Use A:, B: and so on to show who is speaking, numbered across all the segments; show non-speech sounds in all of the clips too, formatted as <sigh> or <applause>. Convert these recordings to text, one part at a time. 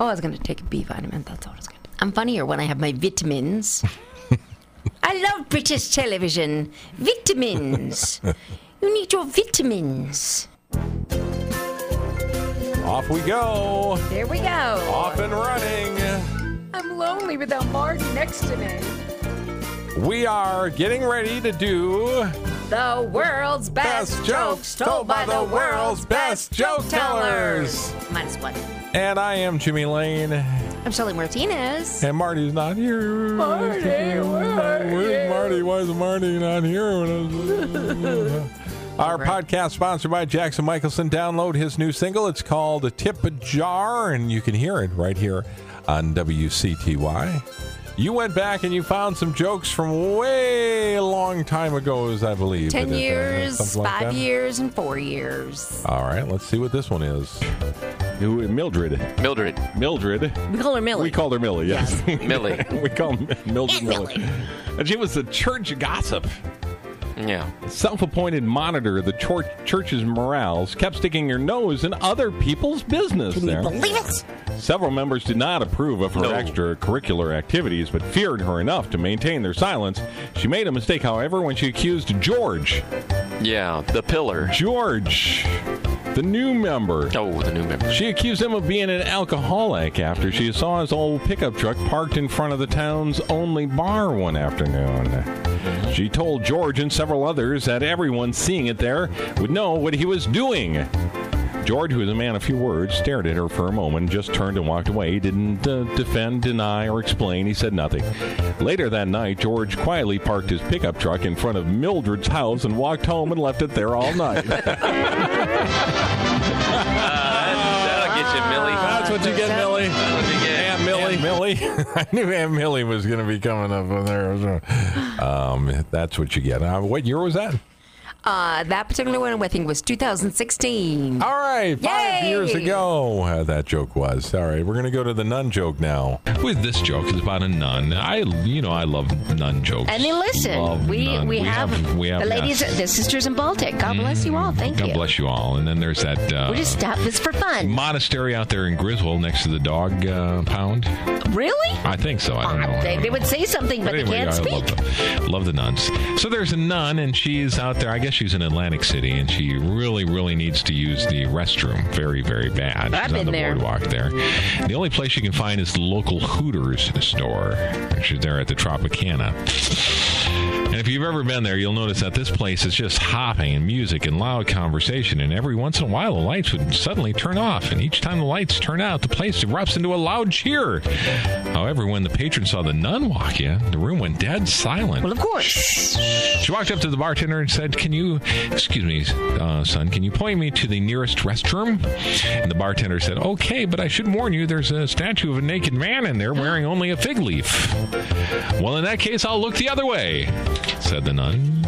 A: Oh, I was going to take a B vitamin. That's all I was going to do. I'm funnier when I have my vitamins. <laughs> I love British television. Vitamins. you need your vitamins.
B: Off we go.
A: There we go.
B: Off and running.
A: I'm lonely without Marty next to me.
B: We are getting ready to do
A: The world's best,
B: Best
A: jokes
B: jokes
A: told by the world's best joke tellers.
B: tellers.
A: Minus one.
B: and I am Jimmy Lane
A: I'm Shelly Martinez.
B: and Marty's not here. Marty, where's Marty? Why is Marty not here? When I
A: <laughs>
B: was- Our podcast sponsored by Jackson Michelson. Download his new single. It's called Tip a Jar, and you can hear it right here on WCTY. You went back and you found some jokes from way long time ago, as I believe.
A: Ten
B: It is, uh,
A: years,
B: something like
A: five
B: that.
A: years, and four years.
B: All right, let's see what this one is.
C: Who- Mildred.
D: Mildred,
C: Mildred.
A: We call her Millie.
C: We called her Millie, yes.
D: <laughs> Millie.
C: <laughs> we call her Mildred
A: And
C: Millie.
A: Millie.
C: And she was the church gossip,
D: Yeah.
C: self appointed monitor of the chor- church's morale, kept sticking her nose in other people's business there.
A: Believe it?
C: Several members did not approve of her
D: No.
C: extracurricular activities, but feared her enough to maintain their silence. She made a mistake, however, when she accused George.
D: Yeah. The pillar.
C: George, the new member.
D: Oh, the new member.
C: She accused him of being an alcoholic after she saw his old pickup truck parked in front of the town's only bar one afternoon. She told George and several others that everyone seeing it there would know what he was doing. George, who was a man of few words, stared at her for a moment, just turned and walked away. He didn't uh, defend, deny, or explain. He said nothing. Later that night, George quietly parked his pickup truck in front of Mildred's house and walked home and left it there all night.
D: That'll get you,
C: <laughs>
D: Millie.
C: That's what you get, Millie.
D: That's what you get.
C: Aunt Millie.
B: Aunt Millie. <laughs> I knew Aunt Millie was going to be coming up on there. Um, that's what you get. Uh, what year was that?
A: Uh, that particular one, I think, was 2016.
B: All right, five
A: Yay!
B: years ago uh, that joke was. All right, we're going to go to the nun joke now.
E: with this joke is about a nun. I, you know, I love nun jokes.
F: And they listen.
E: Love
F: we,
E: nun.
F: we have,
E: we have
F: the ladies,
E: yes. Mm.
F: the sisters in Baltic. God bless you all. Thank
E: God
F: you.
E: bless you all. And then there's that uh,
F: We just stop this for fun.
E: monastery out there in Griswold next to the dog uh, pound.
F: Really?
E: I think so. I don't know.
F: Uh,
E: I
F: they,
E: don't
F: they
E: know.
F: would say something, but, they
E: anyway,
F: can't
E: I
F: speak.
E: Love, them. Love the nuns. So there's a nun, and she's out there. I guess she's in Atlantic City, and she really, really needs to use the restroom very, very bad.
F: I've
E: she's
F: been
E: on the
F: there.
E: boardwalk there. The only place she can find is the local Hooters store. She's there at the Tropicana. And if you've ever been there, you'll notice that this place is just hopping and music and loud conversation. And every once in a while, the lights would suddenly turn off. And each time the lights turn out, the place erupts into a loud cheer. However, when the patron saw the nun walk in, the room went dead silent.
F: Well, of course.
E: She walked up to the bartender and said, "Can you, excuse me, uh, son, can you point me to the nearest restroom?" And the bartender said, "Okay, but I should warn you, there's a statue of a naked man in there wearing only a fig leaf." Well, in that case, I'll look the other way," said the nun.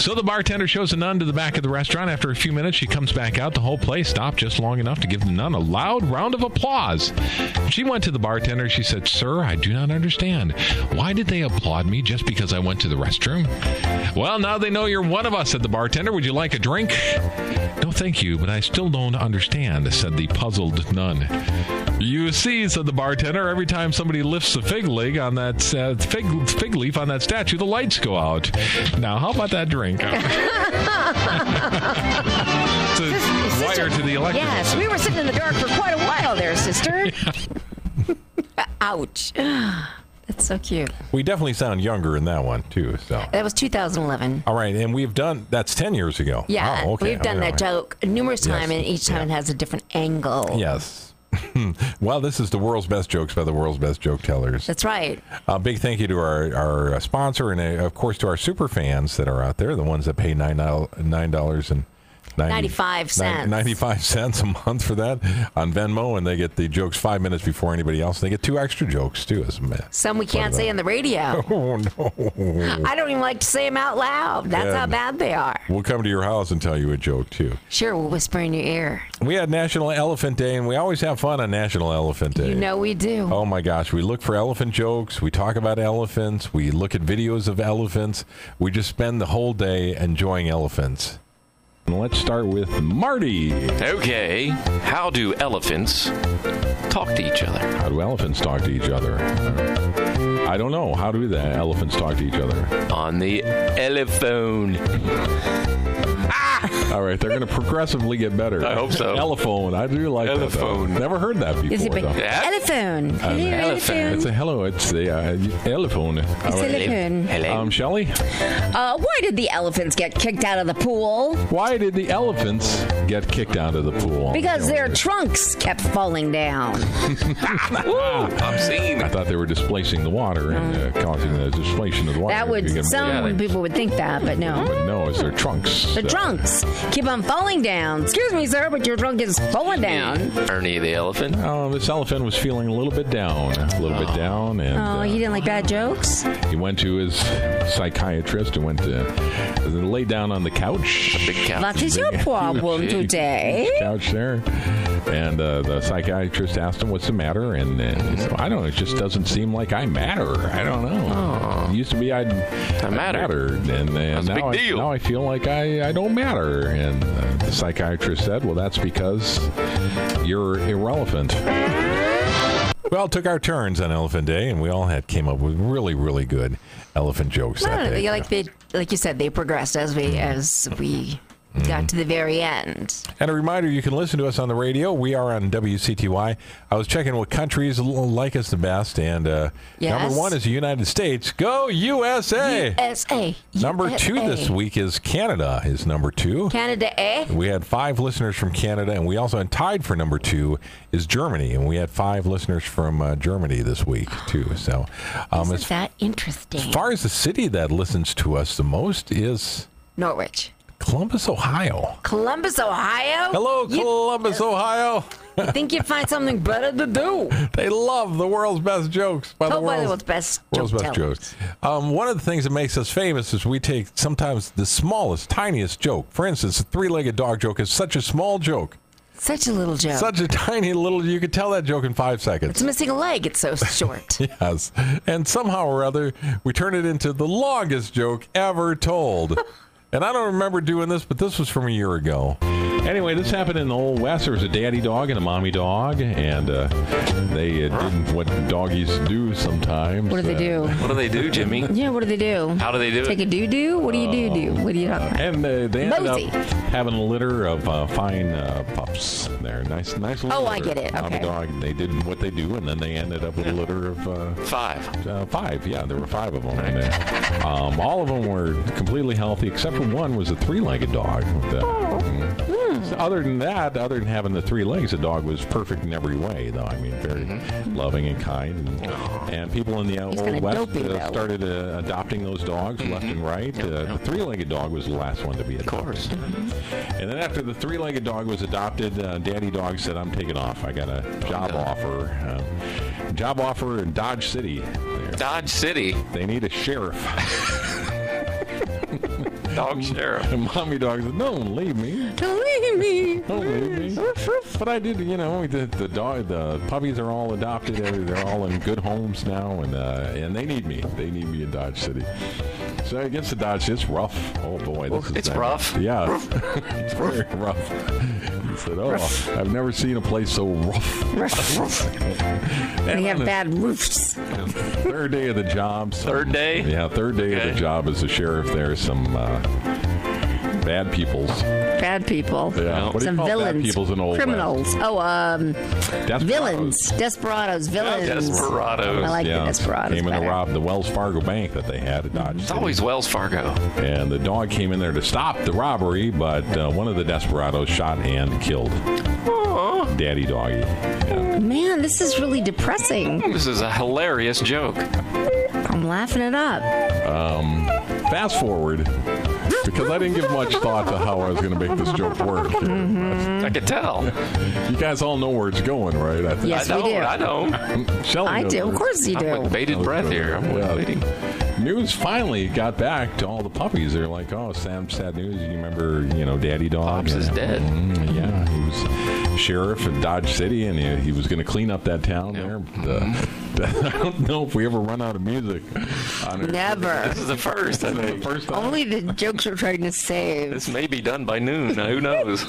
E: So the bartender shows the nun to the back of the restaurant. After a few minutes, she comes back out. The whole place stopped just long enough to give the nun a loud round of applause. She went to the bartender. She said, Sir, I do not understand. Why did they applaud me just because I went to the restroom? Well, now they know you're one of us, said the bartender. Would you like a drink? No, thank you, but I still don't understand, said the puzzled nun. You see, said the bartender, every time somebody lifts a fig leg on that uh, fig, fig leaf on that statue, the lights go out. Now, how about that drink?
A: <laughs>
E: it's a
F: Sis-
E: wire
F: sister-
E: to the electrical.
F: Yes, we were sitting in the dark for quite a while
E: <laughs>
F: there, sister.
A: <laughs> Ouch. <sighs> That's so cute.
B: We definitely sound younger in that one too. So,
A: That was 2011.
B: all right, and we've done that's ten years ago.
A: Yeah,
E: Oh,
B: Wow, okay.
A: we've done
B: All
A: that
B: right.
A: joke numerous times, and each time it has a different angle.
B: Yes. <laughs> well, this is the world's best jokes by the world's best joke tellers.
A: That's right.
B: A big thank you to our, our uh, sponsor and, uh, of course, to our super fans that are out there, the ones that pay nine doll- nine dollars and ninety-
A: 95 cents.
B: nine- 95 cents a month for that on Venmo, and they get the jokes five minutes before anybody else. They get two extra jokes too. As a man.
A: Some we can't say on the
E: <laughs>
A: radio.
B: Oh no!
A: I don't even like to say them out loud. That's how
B: Good.
A: bad they are.
B: We'll come to your house and tell you a joke too.
A: Sure, we'll whisper in your ear.
B: We had National Elephant Day, and we always have fun on National Elephant Day.
A: You know we do.
B: Oh my gosh, we look for elephant jokes, we talk about elephants, we look at videos of elephants, we just spend the whole day enjoying elephants. Let's start with Marty.
D: Okay. How do elephants talk to each other?
B: How do elephants talk to each other? I don't know. How do the elephants talk to each other?
D: On the elephone.
B: All right, they're going to progressively get better.
D: I hope so.
B: Elephone. I do like that. though.
D: Elephone.
B: Never heard that before.
A: Is it big?
B: though.
D: Yeah.
A: Elephone. Hello,
D: elephant.
B: It's a hello. It's the uh, elephone. All right.
A: Elephone.
D: Hello.
B: Um, Shelley,
A: Uh, why did the elephants get kicked out of the pool?
B: why did the elephants get kicked out of the pool?
A: Because
B: You know, <laughs>
A: their trunks kept falling down.
D: I'm seeing.
B: I thought they were displacing the water and uh, causing the displacement of the water.
A: Uh-huh. That would
B: You get-
A: some
D: they-
A: people would think that, but no.
B: But no, it's their trunks.
A: The
B: that-
A: trunks keep on falling down. Excuse me, sir, but your trunk is falling down.
D: Ernie the elephant.
B: Oh, this elephant was feeling a little bit down, a little bit down, and
A: Oh,
B: uh,
A: you didn't like bad jokes?
B: He went to his psychiatrist and went to and lay down on the couch.
D: Big cat.
A: What
B: <laughs>
A: is your problem today?
B: Couch there. And uh, the psychiatrist asked him, What's the matter? And, uh he said, I don't know. It just doesn't seem like I matter. I don't know. It used to be I'd, I'd
D: matter.
B: mattered. And, uh,
D: That's a
B: now,
D: big
B: I,
D: deal.
B: now I feel like I, I don't matter. And uh, the psychiatrist said, Well, that's because you're irrelevant.
G: Well, it took our turns on Elephant Day, and we all had came up with really, really good elephant jokes
H: I
G: that
H: don't know,
G: day.
H: they- like they, like you said, they progressed as we as we got to the very end.
G: And a reminder, you can listen to us on the radio. We are on WCTY. I was checking what countries l- like us the best, and uh, number
H: Yes.
G: one is the United States. Go USA!
H: S A
G: number two this week is Canada. Is number two.
H: Canada
A: eh?
H: A.
G: We had five listeners from Canada, and we also and tied for number two is Germany, and we had five listeners from uh, Germany this week too. So, um,
H: Isn't
G: as
H: that interesting?
G: far as the city that listens to us the most is
H: Norwich,
G: Columbus, Ohio.
H: Columbus, Ohio.
G: Hello, Columbus, Ohio.
H: You think you'd find something better to do?
G: They love the world's best jokes.
A: Oh,
G: By the
H: Told by the
G: world's,
H: world's best
G: world's
H: joke
G: best
H: tellers.
G: jokes. Um, one of the things that makes us famous is we take sometimes the smallest, tiniest joke. For instance, the three-legged dog joke is such a small joke,
H: Such a little joke.
G: such a tiny little. You could tell that joke in five seconds.
H: it's missing a leg. It's so short.
G: Yes, and somehow or other, we turn it into the longest joke ever told. and I don't remember doing this, but this was from a year ago.
B: Anyway, this happened in the Old West. There was a daddy dog and a mommy dog, and uh, they uh, did what doggies do sometimes. uh,
A: What do they do?
D: What do they do, Jimmy?
A: <laughs> Yeah, what do they do?
D: How do they do it?
A: Take a doo doo? What do you do do? What do you talk
B: Uh, and uh, they ended
A: Mosey.
B: up having a litter of uh, fine uh, pups there. Nice, nice little
A: Oh, I
B: litter.
A: get it.
B: Mommy
A: Okay.
B: dog, and they did what they do, and then they ended up with a litter of. Uh,
D: Five.
B: uh, five. Yeah, there were five of them. in there. Um, all of them were completely healthy, except for one was a three-legged dog. The- mm. So other than that, other than having the three legs, the dog was perfect in every way. Though I mean, very loving and kind, and, and people in the old
A: Mm-hmm. Oh. kinda
B: west
A: dopey,
B: uh,
A: though. Mm-hmm.
B: started uh, adopting those dogs left and right. uh, The three-legged dog was the last one to be adopted. Of
D: course.
A: Mm-hmm.
B: And then after the three-legged dog was adopted, uh, Daddy Dog said, "I'm taking off. I got a
A: Oh,
B: job offer. Uh, job offer in Dodge City. There.
D: Dodge City.
B: They need a sheriff." <laughs>
D: Dog sheriff.
B: And mommy dog said, "Don't
A: <laughs>
B: leave me.
A: Believe me.
B: Don't
A: <laughs>
B: leave me." But I did, you know. The, the dog, the puppies are all adopted. They're they're all in good homes now, and uh, and they need me. They need me in Dodge City. So I guess the Dodge it's rough. Oh boy, this is
D: It's
B: not-
D: rough.
B: Yeah, it's, <laughs> it's very rough. He said, "Oh, I've never seen a place so rough." <laughs>
A: They
B: And on
A: have
B: the
A: bad roofs.
B: Third day of the job. some-
D: Third day?
B: Yeah, third day of
D: Okay.
B: the job as a sheriff. There's some uh, bad people's.
A: Bad people.
B: Yeah. What do you
A: Some
B: call bad
A: villains.
B: peoples in Old West?
A: criminals. Oh, um,
B: Desperados.
A: villains. Desperados. Villains. I Mm-hmm.
D: Desperados.
A: like the desperados.
B: Came in to
A: better.
B: rob the Wells Fargo bank that they had at Dodge.
D: It's
B: City.
D: always Wells Fargo.
B: And the dog came in there to stop the robbery, but uh, one of the desperados shot and killed. Daddy doggy. Yeah.
A: Man, this is really depressing.
D: This is a hilarious joke.
A: I'm laughing it up.
B: Fast forward, because I didn't give much thought to how I was going to make this joke work.
A: Mm-hmm.
D: I could tell.
B: You guys all know where it's going, right? I think.
A: Yes,
D: I
A: we
D: don't.
A: do.
D: I don't.
B: Shelley
A: I
B: knows
A: do. Of
B: where-
A: course you
D: I'm
A: do.
D: with bated breath here. I'm
B: Yeah.
D: waiting.
B: News finally got back to all the puppies. They're like, "Oh, Sam, sad news. You remember, you know, Daddy Dog?
D: Pops is dead.
B: Mm, yeah, he was
C: sheriff in Dodge City, and he, he was going to clean up that town there.
I: Mm-hmm.
C: But, uh, <laughs> I don't know if we ever run out of music. On it.
A: Never.
D: This is the first, I think.
C: First time.
A: Only the
D: <laughs>
A: jokes we're trying to save.
D: This may be done by noon. Who knows?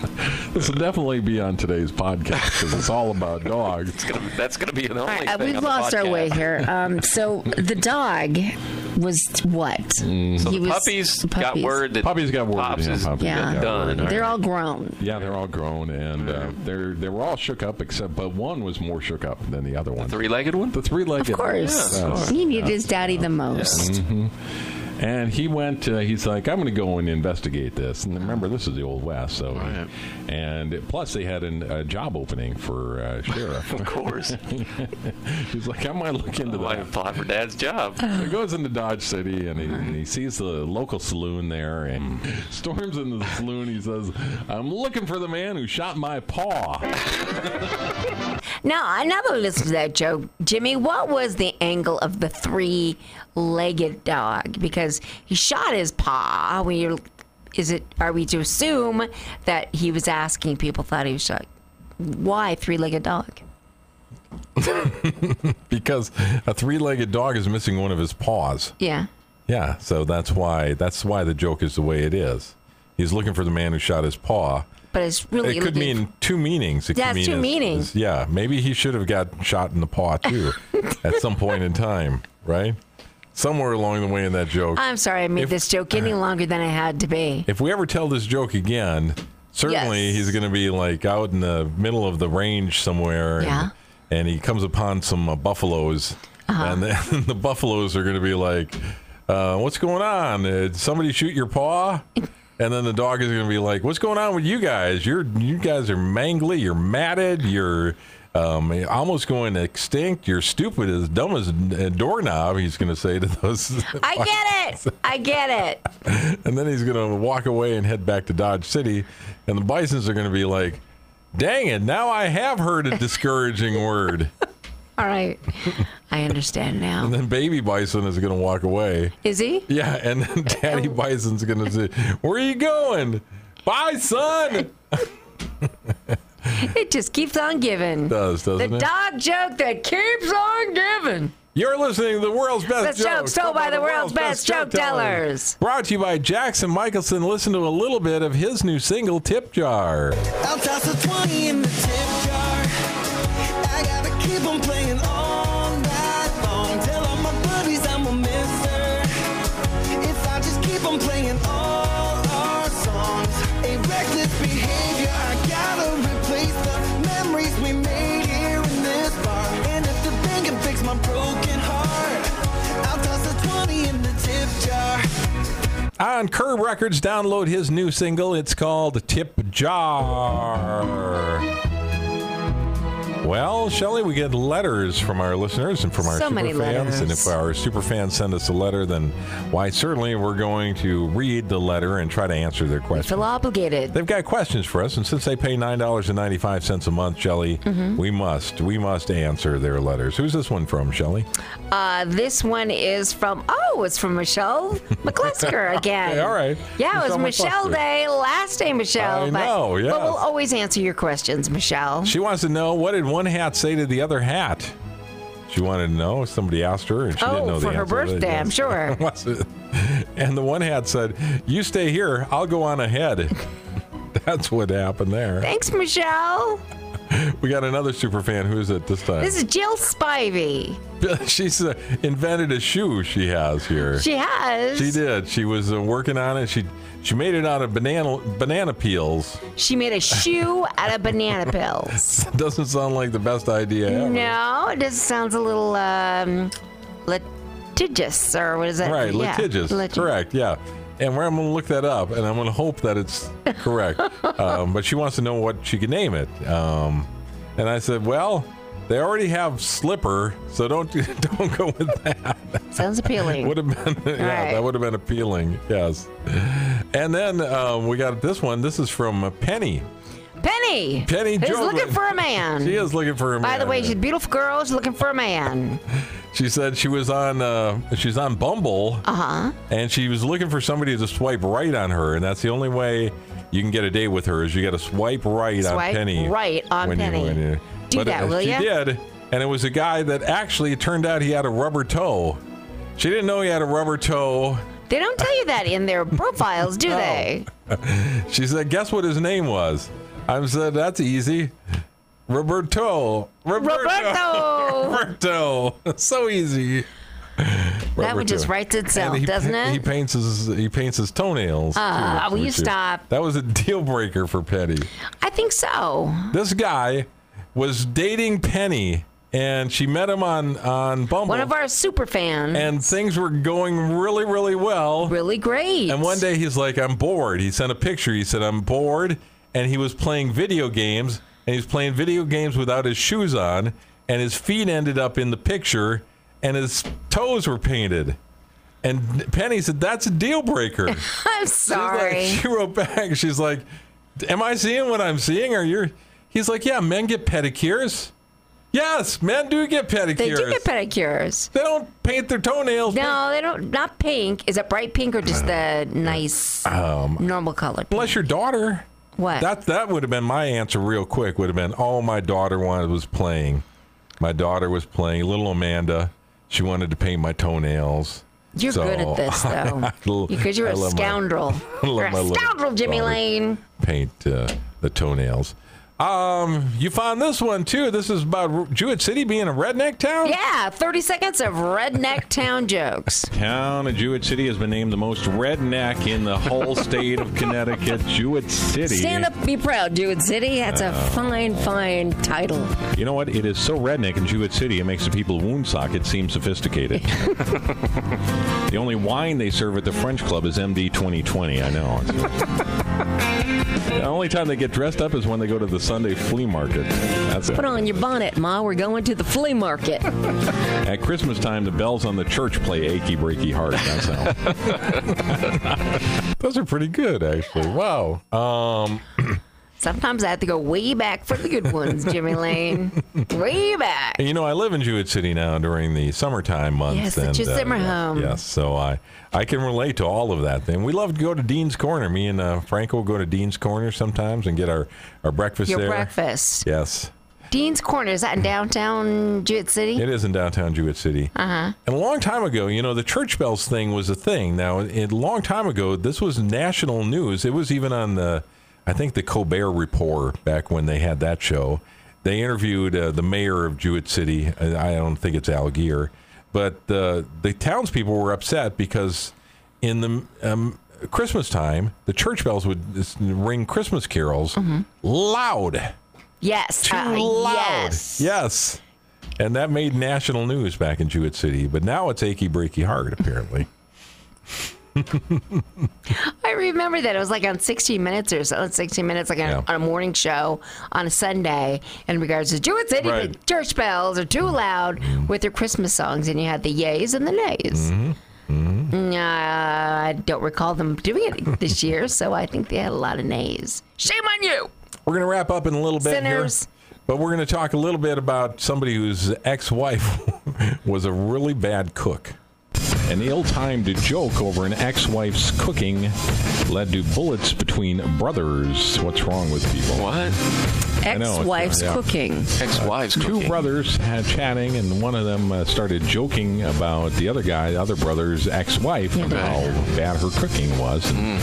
C: This will definitely be on today's podcast because it's all
I: <laughs>
C: about dogs.
D: Gonna- That's going to be an only
I: All right,
D: thing
I: uh, we've
D: on the
I: lost our
D: podcast.
I: way here.
D: <laughs>
I: Um, so the dog was what?
D: Mm. So
I: He
D: the
I: was-
D: puppies,
I: the
D: got
I: puppies.
D: word that
C: Puppies got word.
D: Pops is
C: puppies
I: Yeah.
C: got
D: done.
C: word.
D: All right.
I: They're all grown.
C: Yeah, they're all grown, and uh, they're they were all shook up except, but one was more shook up than the other one.
D: three-legged one.
C: The three-legged. Uh,
I: Of course.
C: Yes.
I: He needed his daddy the most.
D: Mm-hmm.
C: And he went. Uh, he's like, I'm going to go and investigate this. And remember, this is the old west, so. And it- plus, they had an, a job opening for uh,
I: <laughs>
C: sheriff.
D: Of course.
C: he's like, I might look into
D: I
C: that.
D: applied for dad's job.
I: Uh.
C: He goes into Dodge City and he, and he sees the local saloon there and <laughs> storms into the saloon. He says, "I'm looking for the man who shot my paw."
A: Now, another list to that joke, Jimmy. What was the angle of the three-legged dog? Because he shot his paw. When you, is it? Are we to assume that he was asking people thought he was shot? Why three-legged dog?
B: because a three-legged dog is missing one of his paws.
A: Yeah.
B: Yeah, so that's why that's why the joke is the way it is. He's looking for the man who shot his paw.
A: But it's really
B: it could
A: looking-
B: mean two meanings. It
A: Yeah,
B: could
A: it's two
B: is-
A: meanings.
B: is- yeah, maybe he should have got shot in the
A: <laughs>
B: paw too, at some point in time, right? Somewhere along the way in that joke.
A: I'm sorry, I made
B: If-
A: this joke
B: <laughs>
A: any longer than I had to be.
B: if we ever tell this joke again, certainly
A: Yes.
B: he's going to be like out in the middle of the range somewhere.
A: Yeah. Uh-huh.
B: And, and he comes upon some uh, buffaloes, and then <laughs> the buffaloes are going to be like, uh, "What's going on? Did somebody shoot
A: <laughs>
B: your paw?" And then the dog is going to be like, "What's going on with you guys? You're you guys are mangly. You're matted. You're." Um, almost going extinct. You're stupid, as dumb as a doorknob. He's going to say to those
A: I get it. I get it.
B: and then he's going to walk away and head back to Dodge City. And the Bisons are going to be like, dang it, now I have heard
A: <laughs>
B: a discouraging word.
A: All right. I understand now.
B: <laughs> And then Baby Bison is going to walk away.
A: Is he?
B: Yeah,
A: <laughs>
B: and then
A: Oh.
B: Daddy Bison's going to say, where are you going? Bison!
A: It just keeps on giving.
B: Does,
A: The
B: doesn't it?
A: dog joke that keeps on giving.
B: You're listening to the world's
A: Best
B: best,
A: jokes told by the world's best joke tellers.
B: Brought to you by Jackson Michelson. Listen to a little bit of his new single, Tip Jar.
J: I'll toss a 20 in the tip jar. I gotta keep on playing all night long. Tell all my buddies I'm a mister. If I just keep on playing all our songs, a reckless behavior. I gotta replace the memories we made here in this bar. And if the band can fix my broken heart, I'll toss a 20 in the tip jar.
B: On Curb Records, download his new single. It's called Tip Jar. Well, Shelley, we get letters from our listeners and from our
A: So
B: super
A: many
B: fans. And if
A: letters.
B: our super fans send us a letter, then why, certainly we're going to read the letter and try to answer their
A: Feel
B: questions.
A: obligated.
B: They've got questions for us, and since they pay $9.95 a month, Shelley,
A: Mm-hmm.
B: we must, we must answer their letters. Who's this one from, Shelley?
A: Uh, this one is from, oh, it's from Michelle
B: <laughs>
A: McClusker again.
B: Okay, all right.
A: Yeah, it was
B: Michelle
A: Michelle
B: McClusker.
A: Day, last day, Michelle.
B: I
A: but,
B: know, yes.
A: But we'll always answer your questions, Michelle.
B: She wants to know what did one hat say to the other hat? She wanted to know. Somebody asked her, and she didn't know
A: oh,
B: the
A: for her
B: answer.
A: birthday, I'm
B: <laughs>
A: sure.
B: Was it? And the one hat said, "You stay here. I'll go on ahead." <laughs> That's what
A: <laughs>
B: happened there.
A: Thanks, Michelle.
B: We got another super fan. Who is it this time?
A: This is Jill Spivey.
B: <laughs> She's uh, invented a shoe. She has here.
A: She has.
B: She did. She was uh, working on it. She she made it out of banana banana peels. <laughs>
A: She made a shoe out of banana pills.
B: Doesn't sound like the best idea ever.
A: No, it just sounds a little um, litigious, or what is that?
B: Right,
A: Yeah,
B: litigious.
A: litig-
B: Correct, yeah. And where I'm going to look that up, and I'm going to hope
A: <laughs>
B: that it's correct. um, but she wants to know what she can name it. Um, and I said, well, they already have slipper, so don't <laughs> don't go with that.
A: Sounds
B: <laughs>
A: appealing.
B: Would have been, yeah,
A: Right.
B: that would have been appealing. Yes. And then um, we got this one. This is from uh, Penny.
A: Penny.
B: Penny
A: Who's
B: Jolin.
A: looking for a man.
B: She is looking for a
A: Mm-hmm. By the
B: man.
A: way, she's a beautiful girl. She's looking for a man.
B: She said she was on uh, she's on
A: Uh-huh.
B: Bumble. Uh huh. And she was looking for somebody to swipe right on her, and that's the only way you can get a date with her is you got to swipe right on
A: Swipe
B: Penny.
A: right on
B: when you-
A: Penny.
B: when you-
A: Do
B: but,
A: that,
B: uh,
A: will
B: she
A: ya?
B: did, and it was a guy that actually it turned out he had a rubber toe. She didn't know he had a rubber toe.
A: They don't tell you that in
B: <laughs>
A: their profiles, do they?
B: She said, "Guess what his name was?" I said, "That's easy, Roberto."
A: Roberto!
B: <laughs> Roberto. <laughs> so easy.
A: That one
B: Roberto.
A: just writes
B: And
A: itself,
B: he
A: doesn't
B: pa- He
A: it?
B: paints his he paints his toenails.
A: Ah,
B: too,
A: will you
B: which is-
A: stop?
B: That was a deal breaker for Penny.
A: I think so.
B: This guy was dating Penny, and she met him on on Bumble.
A: One of our super fans.
B: and things were going really, really well.
A: really great.
B: And one day he's like, I'm bored. He sent a picture. He said, I'm bored. And he was playing video games. And he was playing video games without his shoes on. And his feet ended up in the picture. And his toes were painted. And Penny said, That's a deal
A: <laughs>
B: breaker. She's
A: <laughs> I'm
B: like-
A: sorry.
B: she wrote back, She's like, Am I seeing what I'm seeing? Or you're. He's like, Yeah, men get pedicures. Yes, men do get pedicures.
A: They do get pedicures.
B: They don't paint their toenails.
A: No, they don't. Not pink. Is it bright pink or just the nice
B: Um,
A: normal color?
B: Unless your daughter.
A: What?
B: That that would have been my answer real quick. Would have been, oh, my daughter wanted was playing. My daughter was playing. Little Amanda, she wanted to paint my toenails. <laughs>
A: You're
B: So,
A: good at this,
B: <laughs> I
A: though. <laughs>
B: l-
A: Because you're
B: I
A: a
B: love my-
A: scoundrel.
B: <laughs> I love
A: You're
B: my
A: a
B: little
A: scoundrel, Jimmy
B: daughter.
A: Lane.
B: Paint uh, the toenails. Um, you found this one too. This is about R- Jewett City being a redneck town.
A: Yeah, 30 seconds of redneck town
B: <laughs>
A: jokes.
C: Town of Jewett City has been named the most redneck in the whole state of Connecticut. Jewett City.
I: Stand up, be proud, Jewett City. That's a fine, fine title.
C: You know what? It is so redneck in Jewett City, it makes the people of Woonsocket seem
I: <laughs>
C: sophisticated. the only wine they serve at the French Club is MD 2020. I
I: <laughs>
C: know. the only time they get dressed up is when they go to the Sunday flea market. That's it.
I: Put on your bonnet, Ma. We're going to the flea
B: <laughs>
I: market.
C: At Christmas time, the bells on the church play "Achy Breaky Heart." That's how.
B: <laughs> Those are pretty good, actually. Wow. Um,
A: Sometimes I have to go way back for the good ones, Jimmy Lane.
B: <laughs>
A: Way back.
B: And, you know, I live in Jewett City now during the summertime months. uh,
A: Yes, it's your summer home.
B: Yes, so I I can relate to all of that. Then we love to go to Dean's Corner. Me and uh, Franco go to Dean's Corner sometimes and get our our breakfast
A: Your
B: there.
A: breakfast.
B: Yes,
A: Dean's Corner, is that in downtown Jewett City?
B: it is in downtown Jewett City. Uh-huh. And a long time ago, you know, the church bells thing was a thing. Now, a long time ago, this was national news. It was even on the, I think, the Colbert Report back when they had that show. They interviewed uh, the mayor of Jewett City. and I don't think it's Al Geer, but uh, the townspeople were upset because in the um, Christmas time, the church bells would uh, ring Christmas carols loud
A: Yes.
B: too
A: uh,
B: loud.
A: Yes.
B: Yes. And that made national news back in Jewett City, but now it's achy breaky heart apparently. <laughs>
A: I remember that it was like on 60 Minutes or so, 60 Minutes, like on,
B: Yeah.
A: on a morning show on a Sunday, in regards to Jewett City,
B: Right.
A: the church bells are too loud with their Christmas songs, and you had the yays and the nays. Mm, uh, I don't recall them doing it <laughs> this year, so I think they had a lot of nays. Shame on you!
B: We're going to wrap up in a little bit
A: Sinners.
B: here, but we're going to talk a little bit about somebody whose ex-wife <laughs> was a really bad cook.
C: An ill-timed joke over an ex-wife's cooking led to bullets between brothers. What's wrong with people?
D: What?
C: know, it's-
I: Ex-wife's
C: yeah.
I: cooking.
D: Ex-wives
C: Two
D: cooking.
C: brothers had chatting, and one of them uh, started joking about the other guy, the other brother's ex-wife, and how bad her cooking was. And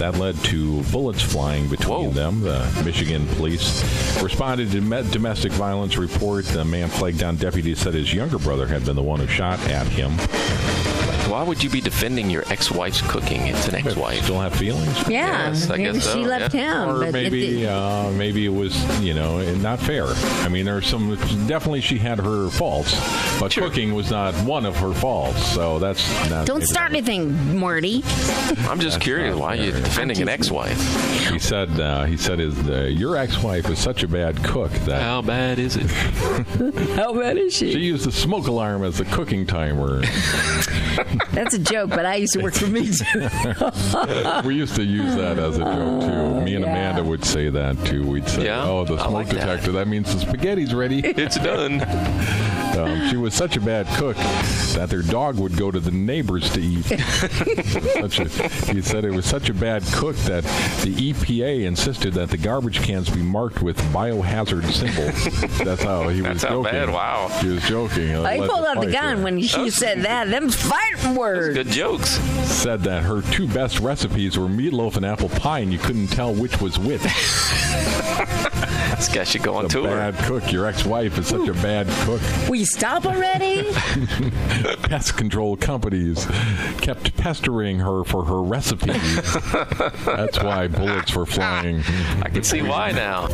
C: That led to bullets flying between
D: Mm. Whoa.
C: them. The Michigan police responded to a domestic violence report. The man flagged down deputies said his younger brother had been the one who shot at him.
D: Why would you be defending your ex-wife's cooking? It's an ex-wife.
C: Still have feelings.
I: Yeah,
D: Yes, I
I: maybe
D: guess
I: she
D: so,
I: left
D: yeah.
I: town,
C: Or
I: Um, but
C: maybe,
I: it,
C: uh, maybe it was you know not fair. I mean, there's some definitely she had her faults, but cooking was not one of her faults. So that's not.
I: don't
C: maybe
I: start
C: that
I: anything, Marty.
D: I'm just curious.
C: not
D: Why are you
C: fair.
D: defending an ex-wife?
C: was- He said uh, he said his uh, your ex-wife is such a bad cook that
D: How bad is it?
I: How bad is
C: she used the smoke alarm as the cooking timer.
I: That's a joke, but I used to work for
B: <laughs>
I: me too.
C: we used to use that as a joke
I: <laughs>
C: too. Me and
I: Oh, Yeah.
C: Amanda would say that too. We'd say,
D: Yeah?
C: "Oh, the
D: I
C: smoke
D: like that.
C: detector. That. means the spaghetti's ready."
D: It's done.
C: Um, she was such a bad cook that their dog would go to the neighbors to
D: <laughs>
C: eat. It was such a- he said it was such a bad cook that the EPA insisted that the garbage cans be marked with biohazard symbols. That's how he was
D: That's how
C: joking.
D: bad, wow.
C: He was joking.
A: I
C: Let
A: pulled out the
C: fight
A: gun
C: there.
A: when you said that. Them fighting words.
D: Good jokes.
C: said that her two best recipes were meatloaf and apple pie, and you couldn't tell which was which.
D: This guy should go on
C: a
D: <laughs> tour.
C: bad cook. Your ex-wife is such a bad cook.
I: We stop
B: <laughs>
I: already?
C: Pest control companies kept pestering her for her recipes. That's why bullets were flying.
D: I can see why now.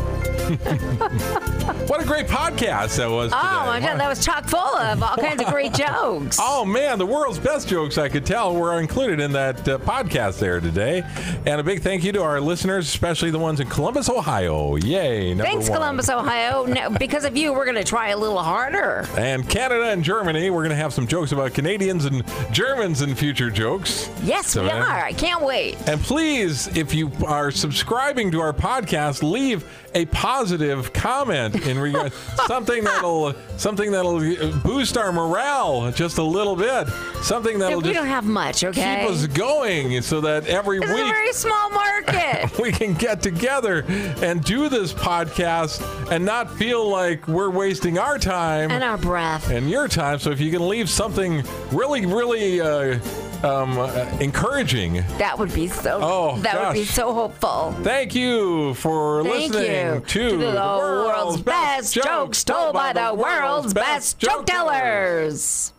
B: What a great podcast that was.
A: Oh my god, that was chock full of all kinds of great jokes.
B: Oh man, the world's best jokes I could tell were included in that uh, podcast there today. And a big thank you to our listeners, especially the ones in Columbus, Ohio. Yay! number
A: Thanks,
B: one.
A: Columbus, Ohio. No, because of you, we're going to try a little harder.
B: And Canada and Germany, we're going to have some jokes about Canadians and Germans in future jokes.
A: Yes,
B: So,
A: we
B: uh,
A: are. I can't wait.
B: And please, if you are subscribing to our podcast, leave a positive comment in
A: <laughs>
B: regard something that'll something that'll boost our morale just a little bit. Something that'll
A: we
B: just
A: don't have much, okay?
B: keep us going, so that every
A: this is a
B: week
A: very small market.
B: <laughs> we can get together and do this podcast and not feel like we're wasting our time
A: and our breath.
B: and your time. So if you can leave something really, really uh, um, uh, encouraging,
A: That would be so.
B: Oh,
A: that would be
B: gosh.
A: so hopeful.
B: thank you for
A: Thank
B: listening
A: you
B: to,
A: the, world's best jokes told by the world's best joke tellers.